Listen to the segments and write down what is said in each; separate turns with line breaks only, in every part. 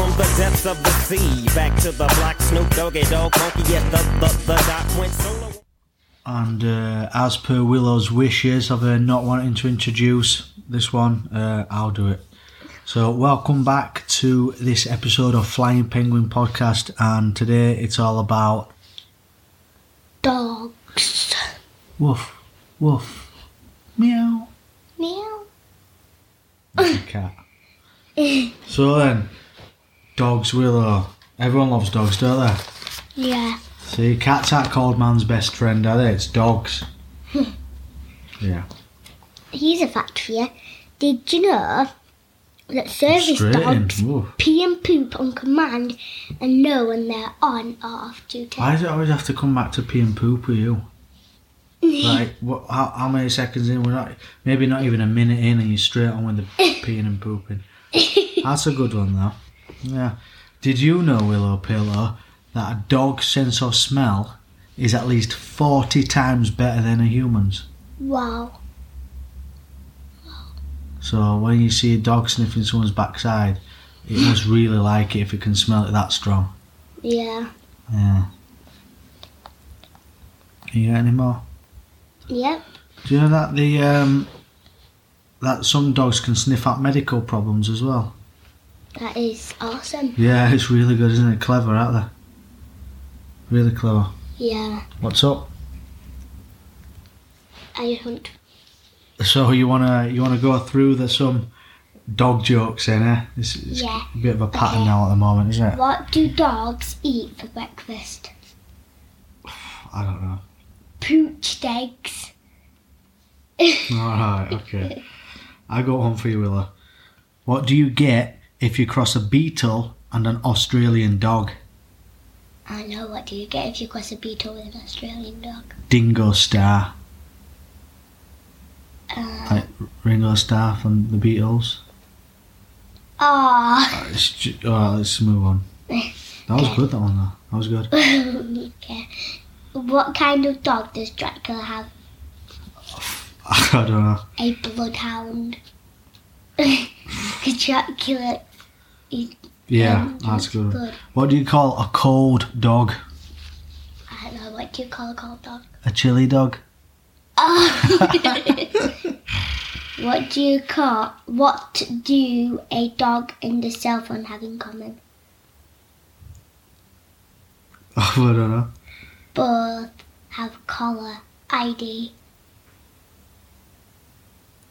beasts of the sea. Back to the block, Snoop Doggy Dog, Monkey, yes, the, the, the dot went solo.
And uh, as per Willow's wishes of her not wanting to introduce this one, uh, I'll do it. So, welcome back to this episode of Flying Penguin Podcast. And today it's all about
Dogs.
woof, woof, meow,
Meow.
It's a cat. so then, dogs, Willow. Everyone loves dogs, don't they?
Yeah.
See, cats aren't called man's best friend, are they? It's dogs. yeah.
Here's a fact for you. Did you know that service
Straight in.
dogs
Woof.
pee and poop on command and know when they're on or off duty?
Why does it always have to come back to pee and poop with you? Like, what, how, how many seconds in? We're not, maybe not even a minute in, and you're straight on with the peeing and pooping. That's a good one, though. Yeah. Did you know, Willow Pillow, that a dog's sense of smell is at least 40 times better than a human's?
wow.
So when you see a dog sniffing someone's backside, it must really like it if it can smell it that strong.
Yeah.
Yeah. You got any more?
Yep.
Do you know that the um, that some dogs can sniff out medical problems as well?
That is awesome.
Yeah, it's really good, isn't it? Clever, aren't they? Really clever.
Yeah.
What's up?
I just want to.
So you wanna you wanna go through the some dog jokes in eh? It's, it's
Yeah.
a bit of a pattern
Okay.
now at the moment, isn't it?
What do dogs eat for breakfast?
I don't know.
Poached eggs.
All right, okay. I got one for you, Willa. What do you get if you cross a beetle and an Australian dog?
I know what do you get if you cross a beetle with an Australian dog.
Dingo Star,
Uh,
like Ringo Starr from the Beatles.
aw.
It's ju- all right, let's move on. That was good, that one, though. That was good.
okay. What kind of dog does Dracula have?
I don't know.
A bloodhound. 'Cause Dracula.
Yeah,
um,
that's a good. one.
blood.
What do you call a cold dog?
I don't know what do you call a cold dog.
A chilly dog?
Oh. what do you call? What do a dog and a cell phone have in common?
I don't know.
Both have caller ID.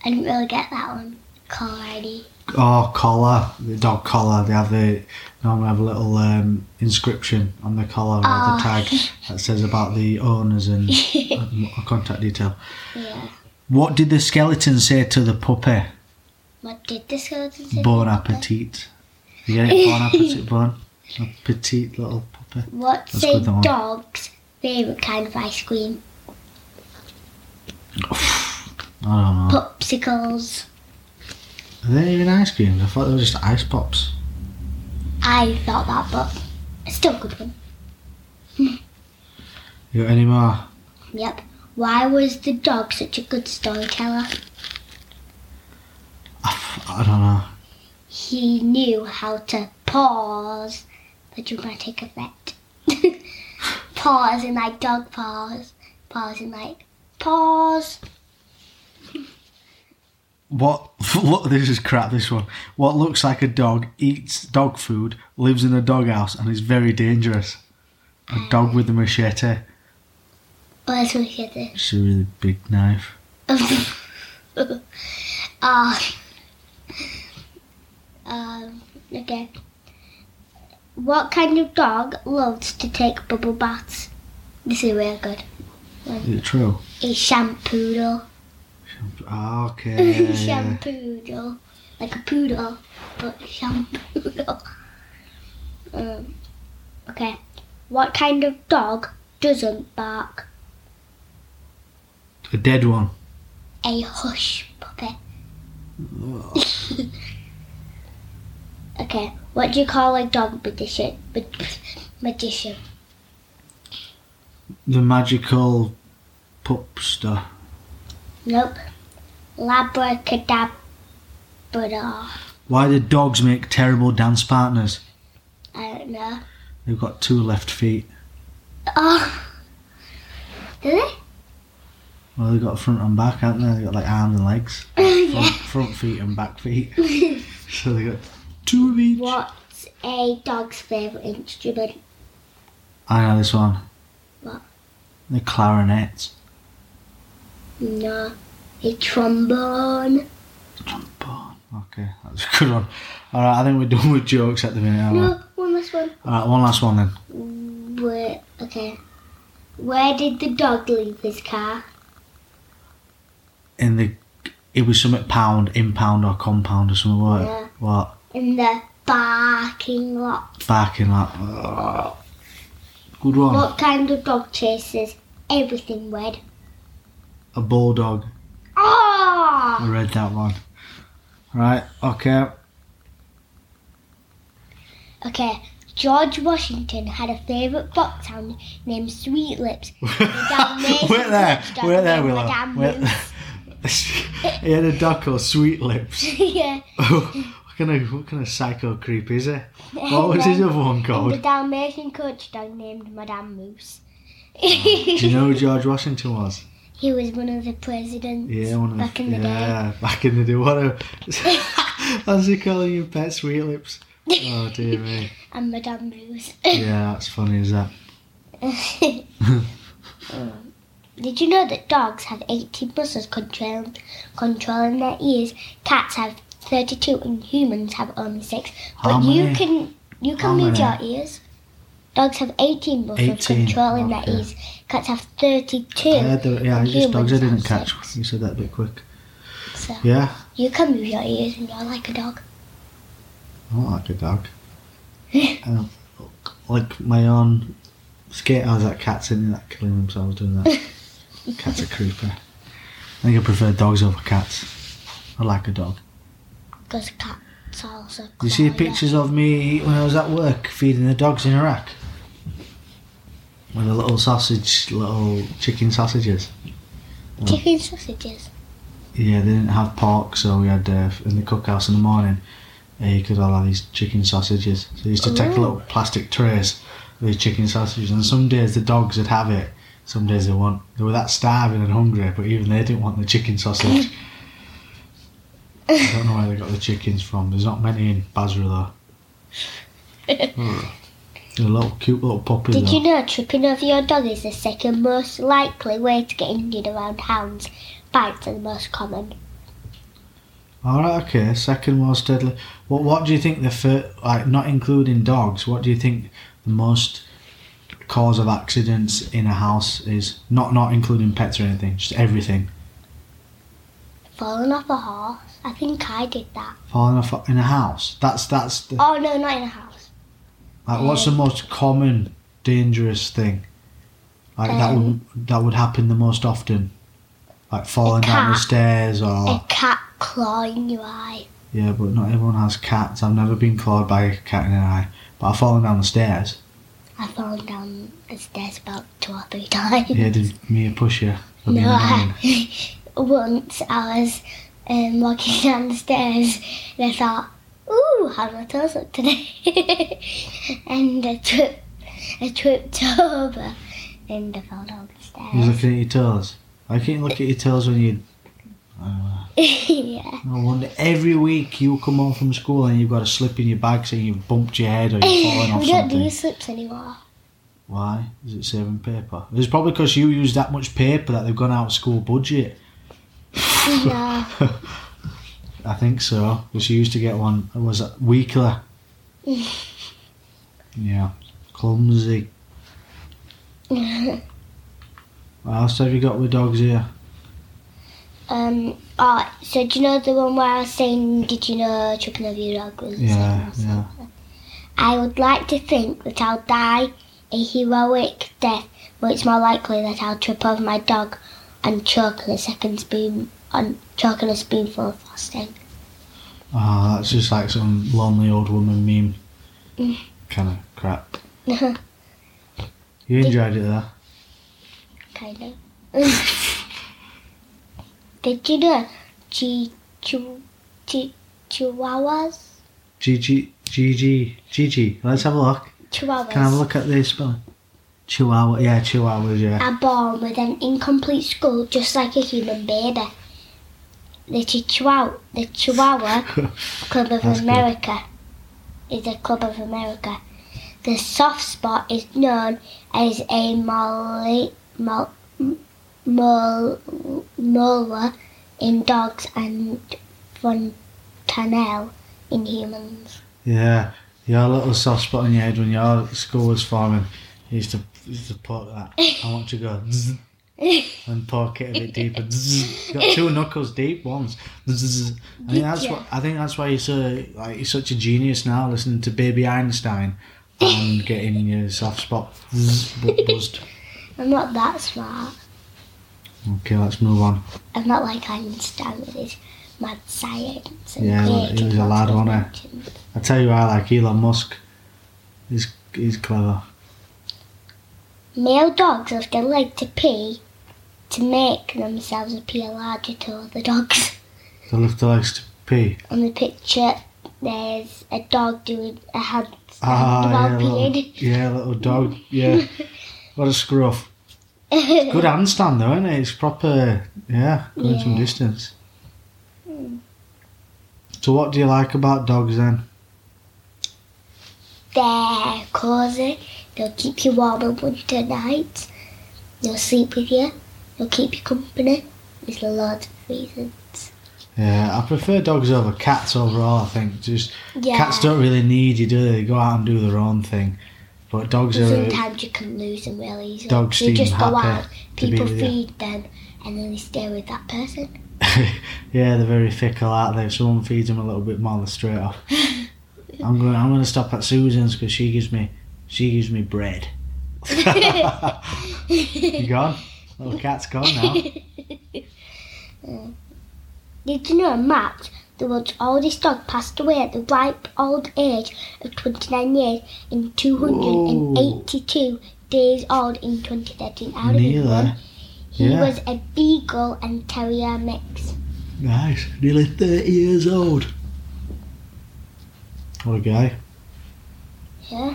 I didn't really get that one. Caller ID.
Oh, collar. The dog collar. They have the normally have a little um, inscription on the collar or
Oh.
the tag that says about the owners and um, contact detail.
Yeah.
What did the skeleton say to the puppy?
What did the skeleton say?
Bon appetit. You get it? Bon appetit. Bon appetit, little puppy.
What's
That's
a
good, that one.
dog's favourite kind of ice cream?
I don't know.
Popsicles.
Are they even ice creams? I thought they were just ice pops.
I thought that, but it's still a good one.
You got any more?
Yep. Why was the dog such a good storyteller?
I don't know.
He knew how to pause for dramatic effect. pause and like dog pause. Pause and like pause.
What? Look, this is crap. This one. What looks like a dog eats dog food, lives in a doghouse, and is very dangerous. A dog with a machete.
Well, that's what he did.
It's a really big knife.
Um, Uh, um, okay. What kind of dog loves to take bubble baths? This is really good.
Is it true?
A shampoodle.
Ah, Okay.
Shampoo
yeah.
shampoodle. Like a poodle, but shampoodle. um, okay. What kind of dog doesn't bark?
A dead one.
A hush puppy. okay. What do you call a dog magician? Mag- magician.
The magical pupster.
Nope. Labracadabra.
Why do dogs make terrible dance partners?
I don't don't know.
They've got two left feet.
Oh. Do they?
Well, they've got front and back, haven't they? They've got like arms and legs. Front,
yeah.
front feet and back feet. so they've got two of each.
What's a dog's favourite instrument?
I know this one.
What?
The clarinet.
No. A trombone.
Trombone. Okay, that's a good one. Alright, I think we're done with jokes at the minute. aren't we?
No, one last one.
Alright, one last one then.
Where, okay. Where did the dog leave his car?
In the. It was something pound, impound or compound or something, was it?
Yeah.
What?
In the parking lot.
Barking like. "Ugh." Good one.
What kind of dog chases everything red?
A bulldog.
Ah!
I read that one. Right, okay.
Okay. George Washington had a favourite fox hound named Sweet Lips. Madame Mason
we're there,
touched on
we're there,
the
Willow.
Madame
We're- he had a duck or sweet lips.
yeah.
Oh, what kind of what kind of psycho creep is he? What was his other one
And the
called?
Dalmatian coach dog named Madame Moose.
Oh, Do you know who George Washington was?
He was one of the presidents
Yeah, one of
back
the,
in the day.
yeah, back in the day. What a how's he calling you pet sweet lips? Oh dear me.
And Madame Moose.
Yeah, that's funny, is that?
Did you know that dogs have 18 muscles control, controlling their ears? Cats have 32 and humans have only 6. But
How
you
many?
can you
How
can read your
many?
ears. Dogs have 18 muscles
18,
controlling
okay.
their ears. Cats have 32.
I had the, yeah,
and
it's just dogs I didn't
humans have
catch.
six.
You said that a bit quick.
So
Yeah,
you can move your ears and you're like a dog.
Oh, I don't like a dog. I don't like my own skate house that cat's in that killing themselves doing that. cat's a creeper. I think I prefer dogs over cats. I like a dog.
Because cats also.
Do you see
claw you.
pictures of me when I was at work feeding the dogs in Iraq? With the little sausage, little chicken sausages.
Chicken sausages.
Yeah, they didn't have pork, so we had uh, in the cookhouse in the morning. Uh, you could all have these chicken sausages. So you used to take
Ooh.
little plastic trays with these chicken sausages, and some days the dogs would have it. Some days they won't. They were that starving and hungry, but even they didn't want the chicken sausage. I don't know where they got the chickens from. There's not many in Basra though. They're little cute little puppies.
Did
though.
you know tripping over your dog is the second most likely way to get injured around hounds? Bites are the most common.
All right, okay. Second most deadly. What What do you think the first, like not including dogs? What do you think the most cause of accidents in a house is? Not not including pets or anything, just everything.
Falling off a horse. I think I did that.
Falling off in a house. That's that's the,
Oh no, not in a house.
like what's the most common dangerous thing? Like that would that would happen the most often. Like falling down the
cat. Eh.
stairs
A
or
cat clawing your eye.
yeah, but not everyone has cats. I've never been clawed by a cat in an eye, but I've fallen down the stairs.
I've fallen down the stairs about two or three times.
Yeah, did me a push you? for being
No,
annoying?
I, once I was um, walking down the stairs and I thought, ooh, how do my toes look today? and I tripped, I tripped over and I fell down the
You
stairs.
looking at your toes. I can't look at your toes when you.
yeah.
No wonder every week you come home from school and you've got a slip in your bag saying you've bumped your head or you've fallen off
we don't
something.
do slips anymore.
Why? Is it saving paper? It's probably because you use that much paper that they've gone out of school budget.
no.
I think so. Because you used to get one. It was weekly. yeah, clumsy. What else have you got with dogs here?
Um, alright, so do you know the one where I was saying, did you know tripping over your dog was the
Yeah,
same or
yeah.
something? I would like to think that I'll die a heroic death, but it's more likely that I'll trip over my dog and choke on a second spoon, on choke on a spoonful of frosting.
Ah, that's just like some lonely old woman meme.
Mm.
kind of crap.
kind
You enjoyed it there.
of. did you know chi- chu- chi- chihuahuas?
GG, GG, GG. Let's have a look.
Chihuahuas
Can I have a look at this spelling? Chihuahua. Yeah, chihuahuas. Yeah.
are born with an incomplete skull just like a human baby. The Chihuahua, the Chihuahua Club of
That's good.
America is a Club of America. The soft spot is known as a molar mol, mol, molar in dogs and fontanelle in humans.
Yeah. Your little soft spot in your head when your skull was forming, you used to, you used to poke that. I want you to go zzz, and poke it a bit deeper. Zzz. Got two knuckles deep once. Zzz. I think that's
ya?
what I think that's why you're so like you're such a genius now. Listening to Baby Einstein and getting your soft spot zzz, bu- buzzed.
I'm not that smart.
Okay, let's move on.
I'm not like Einstein with his mad science. And
Yeah, well, he
creating
was a lad,
lots of
wasn't
inventions.
I tell you, I like Elon Musk. He's he's clever.
Male dogs often like to pee to make themselves appear larger to other dogs.
They lift their legs to pee.
On the picture, there's a dog doing a handstand
Ah, yeah,
while
little,
peeing.
yeah, little dog. Yeah, what a scruff. Good handstand though, isn't it? It's proper. Yeah, going some
Yeah. Hmm.
distance. So, what do you like about dogs then?
They're cozy. They'll keep you warm in winter nights. They'll sleep with you. They'll keep you company. There's loads of reasons.
Yeah, I prefer dogs over cats overall. I think just
Yeah.
cats don't really need you, do they? They go out and do their own thing. But dogs
But
are.
sometimes you can lose them really easily.
Dogs
they
seem
just go
happy
out,
to be
people
with you.
feed them, and then they stay with that person.
yeah, they're very fickle, aren't they? If someone feeds them a little bit more, they're straight off. I'm going. I'm going to stop at Susan's because she gives me, she gives me bread. you gone? Little cat's gone now.
Did you know Max, the world's oldest dog, passed away at the ripe old age of 29 years and 282 days old in 2013? I already knew
Nearly.
one. He
Yeah.
was a beagle and terrier mix.
Nice. Nearly thirty years old. What a guy.
Yeah.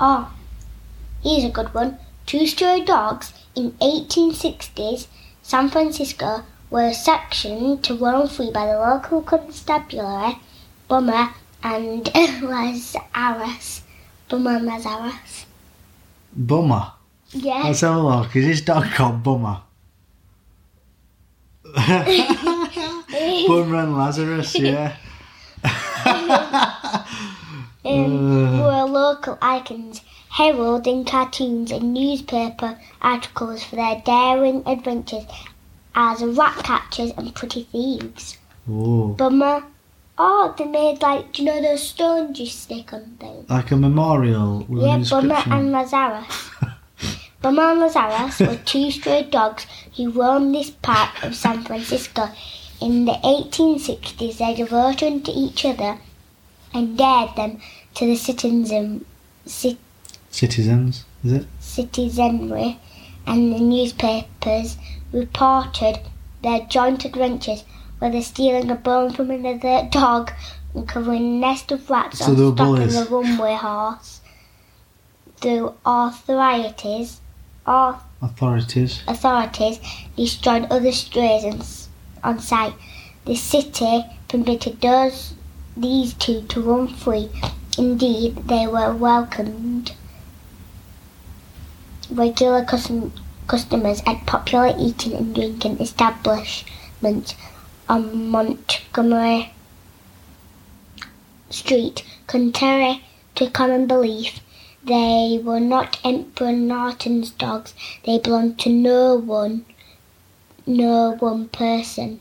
Oh, here's a good one. Two stray dogs in 1860s, San Francisco, were sectioned to run free by the local constabulary, Bummer and Lazarus. Bummer and Lazarus.
Bummer.
Yeah.
Let's have a look. Is this dog called Bummer? Bummer and Lazarus. Yeah. Uh,
um, were local icons, heralded in cartoons and newspaper articles for their daring adventures as rat catchers and pretty thieves.
Oh,
Bummer. Oh, they made like, do you know those stones you stick on things?
like a memorial with an
Yeah, Bummer
inscription.
and Lazarus. Bummer and Lazarus were two stray dogs who roamed this part of San Francisco. In the 1860s, they devoted to each other and dared them to the citizen, ci-
Citizens, is it?
citizenry, and the newspapers reported their joint adventures, whether stealing a bone from another dog and covering a nest of rats
So
or
they were
stopping
bullies.
a runway horse through authorities or
Authorities.
authorities destroyed other strays and s- on sight. The city permitted those these two to run free. Indeed, they were welcomed regular custom, customers at popular eating and drinking establishments on Montgomery Street. Contrary to common belief, they were not Emperor Norton's dogs. They belonged to no one, no one person.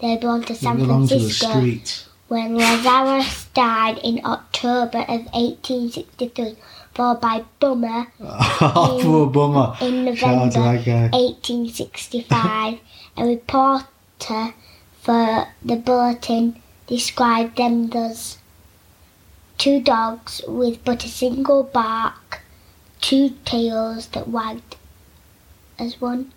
They belonged to
They
San
belong to the
Francisco.
streets.
When Lazarus died in October of 1863, followed by Bummer
Oh,
In-
poor bummer.
in
Shout out to
November
that guy.
1865, a reporter for the bulletin described them as two dogs with but a single bark, two tails that wagged as one.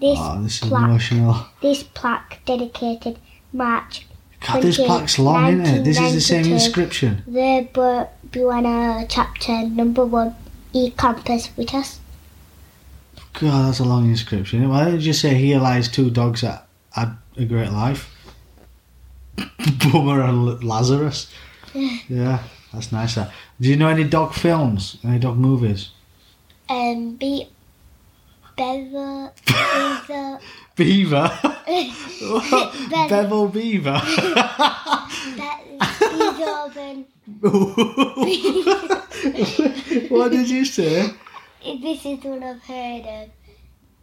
This
Oh, this is
plaque,
emotional.
this plaque dedicated March
God, this
Twenty-
plaque's long, isn't it? This is the same
1992.
inscription.
The bur- Buena chapter number one e campus with us.
God, that's a long inscription. Why didn't you say here lies two dogs that had a great life? Boomer and L- Lazarus. Yeah, that's nice. That. Do you know any dog films? Any dog movies?
Um, be Bever, Bever,
Beaver.
Bevel.
Bevel Beaver.
Bever,
what did you say?
This is one I've heard of.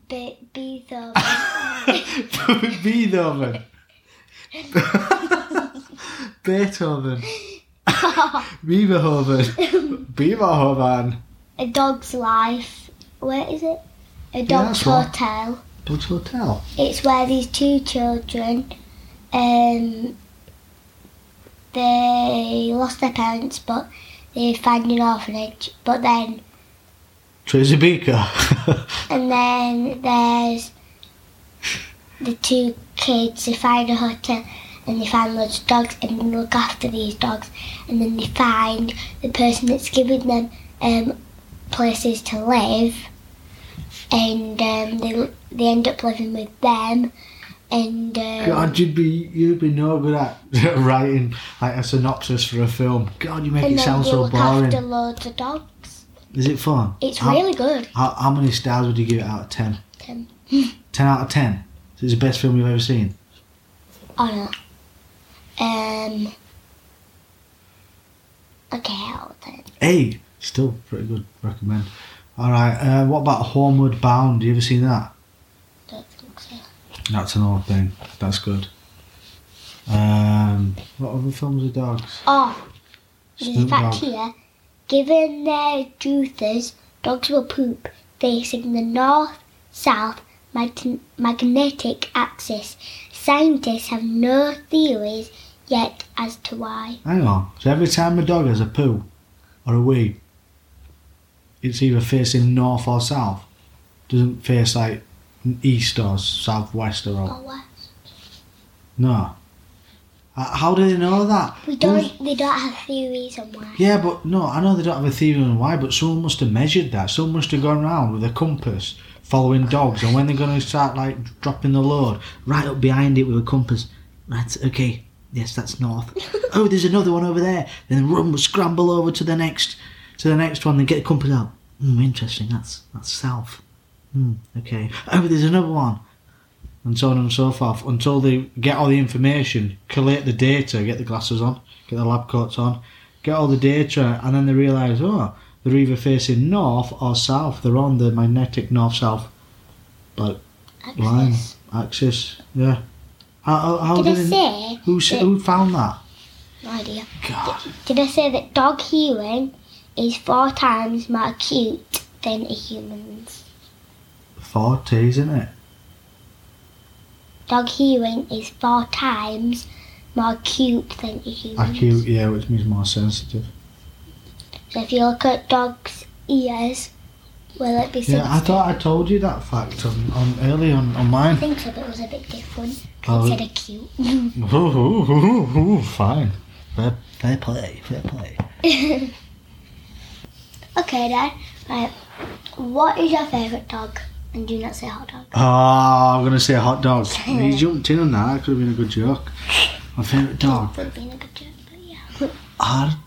Be, Beethoven.
Beethoven. Beethoven. Beaverhoven. Beaverhoven.
A dog's life. Where is it? A dog's
that's right.
hotel.
Dog's Hotel.
It's where these two children, um, they lost their parents, but they found an orphanage. But then,
Tracy Beaker.
and then there's the two kids. They find a hotel, and they find loads of dogs, and they look after these dogs, and then they find the person that's giving them um, places to live, and um, they they end up living with them, and. Um,
God, you'd be you'd be no good at writing like a synopsis for a film. God, you make
And
it
then
sound
they
so
look
boring.
after loads of dogs.
Is it fun?
It's
How-
really good.
How, how many stars would you give it out of 10?
10.
10 out of 10? Is it the best film you've ever seen?
Oh no. Um. Okay, I'll then.
Hey, still pretty good, recommend. Alright, uh, what about Homeward Bound? You ever seen that?
Don't think so.
That's an old thing. That's good. Um, what other films with dogs?
Oh, there's a
Snoop
fact
Dogg.
here. Given their juices, dogs will poop facing the north south mag- magnetic axis. Scientists have no theories yet as to why.
Hang on. So every time a dog has a poo or a wee, it's either facing north or south. Doesn't face like east or southwest or all.
Or why.
No. Uh, How do they know that?
We
Who's-
don't, they don't have theories on why.
Yeah, but no, I know they don't have a theory on why, but someone must have measured that. Someone must have gone round with a compass following dogs, and when they're going to start like dropping the load, right up behind it with a compass. Right, okay, yes, that's north. oh, there's another one over there. Then run, scramble over to the next, to the next one, and get the compass out. Hmm, interesting. That's that's south. Hmm, okay. Oh, there's another one. And so on and so forth until they get all the information, collate the data, get the glasses on, get the lab coats on, get all the data, and then they realise, oh, they're either facing north or south. They're on the magnetic north-south line
Axis.
axis. Yeah. How, how, how
Did I
did it-
say?
who s- who found that?
No idea.
God.
Did I say that dog hearing is four times more acute than a human's?
Forty, isn't it?
Dog hearing is four times more acute than a human's.
Acute, yeah, which means more sensitive.
So if you look at dogs' ears, will it be sensitive?
Yeah, I thought I told you that fact on, on early on, on mine.
I think so, but it was a bit different.
Oh.
I said acute.
fine. Fair, fair play, fair play.
okay, Dad. Right. What is your favourite dog? And do not say hot dog.
Oh, I'm going to say hot dog. He jumped in on that. That could have been a good joke. My favourite dog.
Would have been a good joke, but yeah.
I,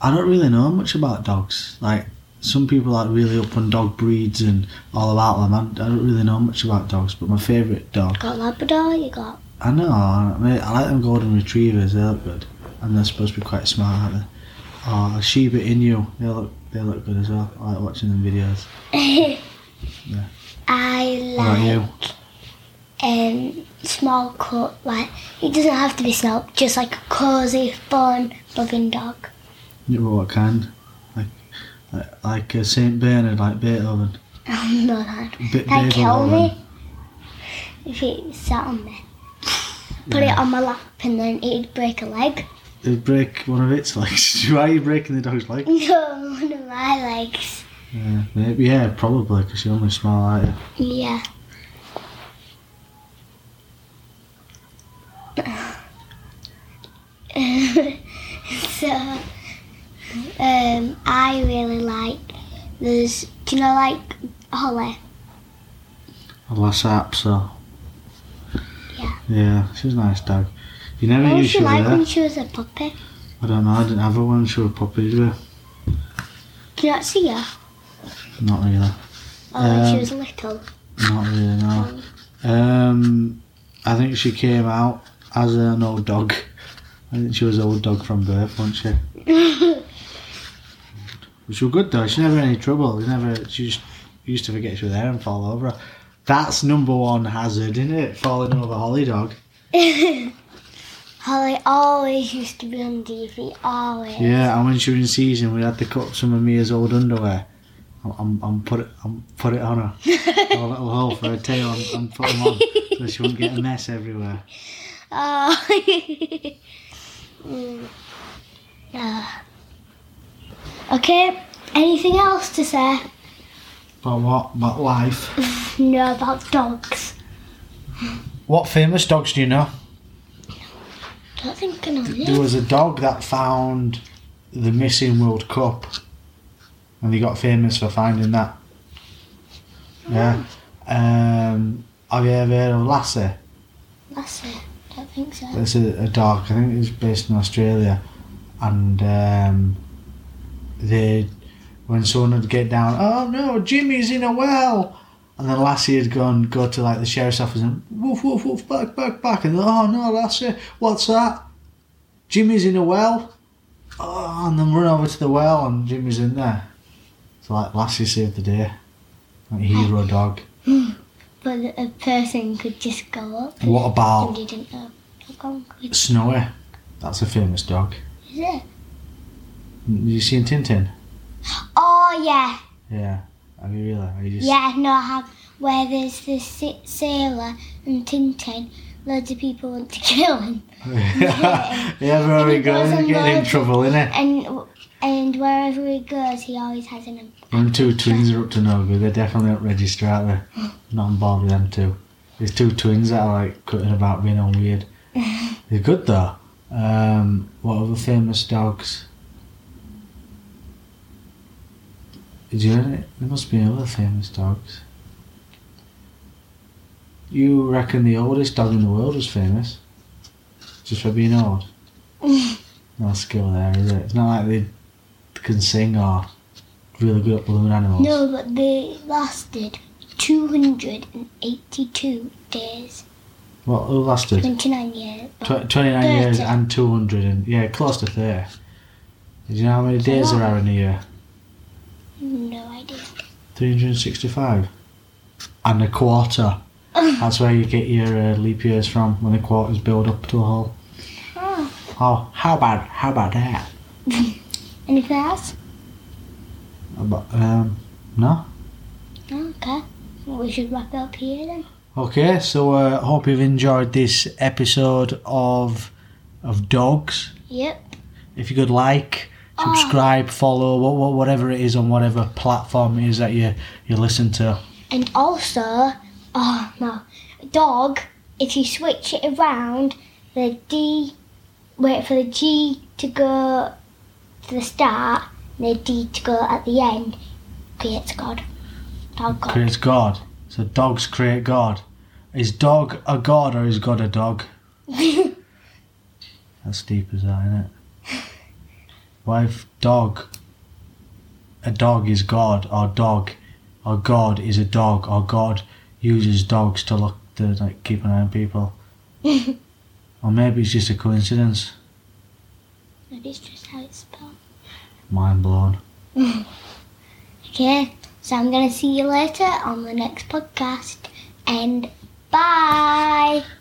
I don't really know much about dogs. Like, some people are really up on dog breeds and all about them. I, I don't really know much about dogs, but my favourite dog.
You got Labrador, you got.
I know. I, mean, I like them golden retrievers. They look good. And they're supposed to be quite smart, aren't they? Oh, a Shiba Inu. They look, they look good as well. I like watching them videos.
I
What about
like.
you?
um, small cut. Like it doesn't have to be snug, just like a cozy, fun, loving dog.
Yeah, well, what kind? Like, like, like uh, Saint Bernard, like Beethoven.
Oh no, that
Be-
that kill
Beethoven.
me if it sat on me. Put it on my lap and then it'd break a leg.
They break one of its legs. Why are you breaking the dog's leg?
No, one of my legs.
Yeah, maybe, yeah, probably because you're only small, aren't you?
Yeah. so, Um, I really like there's do you know like Holly?
Alas, Apsa.
Yeah.
Yeah, she's a nice dog. You never
What
knew
was
she
she
was
like
there.
when she was a puppy?
I don't know, I didn't have her when she was a puppy, did we?
Did you not see her?
Not really.
Oh, when
Um,
she was little.
Not really, no. Um, I think she came out as an old dog. I think she was an old dog from birth, wasn't she? But She was good though. She never had any trouble. She never. She just used to forget she was there and fall over. That's number one hazard, isn't it? Falling over Holly dog.
Holly always used to be on TV, always.
Yeah, and when she was in season, we had to cut some of Mia's old underwear. I'm, I'm, I'm put it, I'm put it on her. a little hole for her tail, and, and put them on so she wouldn't get a mess everywhere.
Oh. Mm. Ah. okay, anything else to say?
But what? But life.
No, about dogs.
What famous dogs do you know?
don't think I know
There
it.
was a dog that found the missing World Cup, and he got famous for finding that. Yeah. Um, have you ever heard of Lassie?
That's it. Don't think so.
It's a, a dog. I think it's based in Australia, and um, they, when someone would get down, oh no, Jimmy's in a well, and then Lassie had gone go to like the sheriff's office and woof woof woof back back back, and oh no, Lassie, what's that? Jimmy's in a well, oh, and then run over to the well, and Jimmy's in there. So like Lassie saved the day, like hero dog.
But a person could just go up.
What
And
about
you didn't know. Dog on with
Snowy? That's a famous dog.
it.
You seen Tintin?
Oh yeah,
Yeah. Have you realised? Are you just
yeah. No, I have. Where there's the sa- sailor and Tintin, loads of people want to kill him.
yeah, where
And
we
he
go
goes
and
and
get in
goes.
trouble, innit?
And and wherever he goes, he always has an.
Them two twins are up to no good. They're definitely not registered, aren't they? Not on board with them two. There's two twins that are like cutting about being all weird. They're good though. Um, what other famous dogs? Is there any? There must be other famous dogs. You reckon the oldest dog in the world was famous? Just for being old? no skill there, is it? It's not like they can sing or really good at balloon animals.
No, but they lasted 282 days,
Well, who lasted?
29 years.
Tw- 29 years
30.
and 200 and yeah close to 30 do you know how many days there are in a year
No idea.
365 and a quarter that's where you get your uh, leap years from when the quarters build up to a whole
Oh,
oh how about how about that
anything else?
About- um no
No, okay. We should wrap it up here then.
okay so uh, hope you've enjoyed this episode of of dogs
Yep.
if you could like subscribe follow what, what, whatever it is on whatever platform it is that you you listen to
And also, oh no, dog. If you switch it around, the D, wait for the G to go to the start, and the D to go at the end, creates God. Dog God.
creates God. So dogs create God. Is dog a god or is God a dog? That's deep as that, isn't it? Why if dog a dog is God or dog or God is a dog or God uses dogs to look to like keep an eye on people. or maybe it's just a coincidence.
Maybe it's just how it's spelled.
Mind blown.
Okay, so I'm gonna see you later on the next podcast, and bye.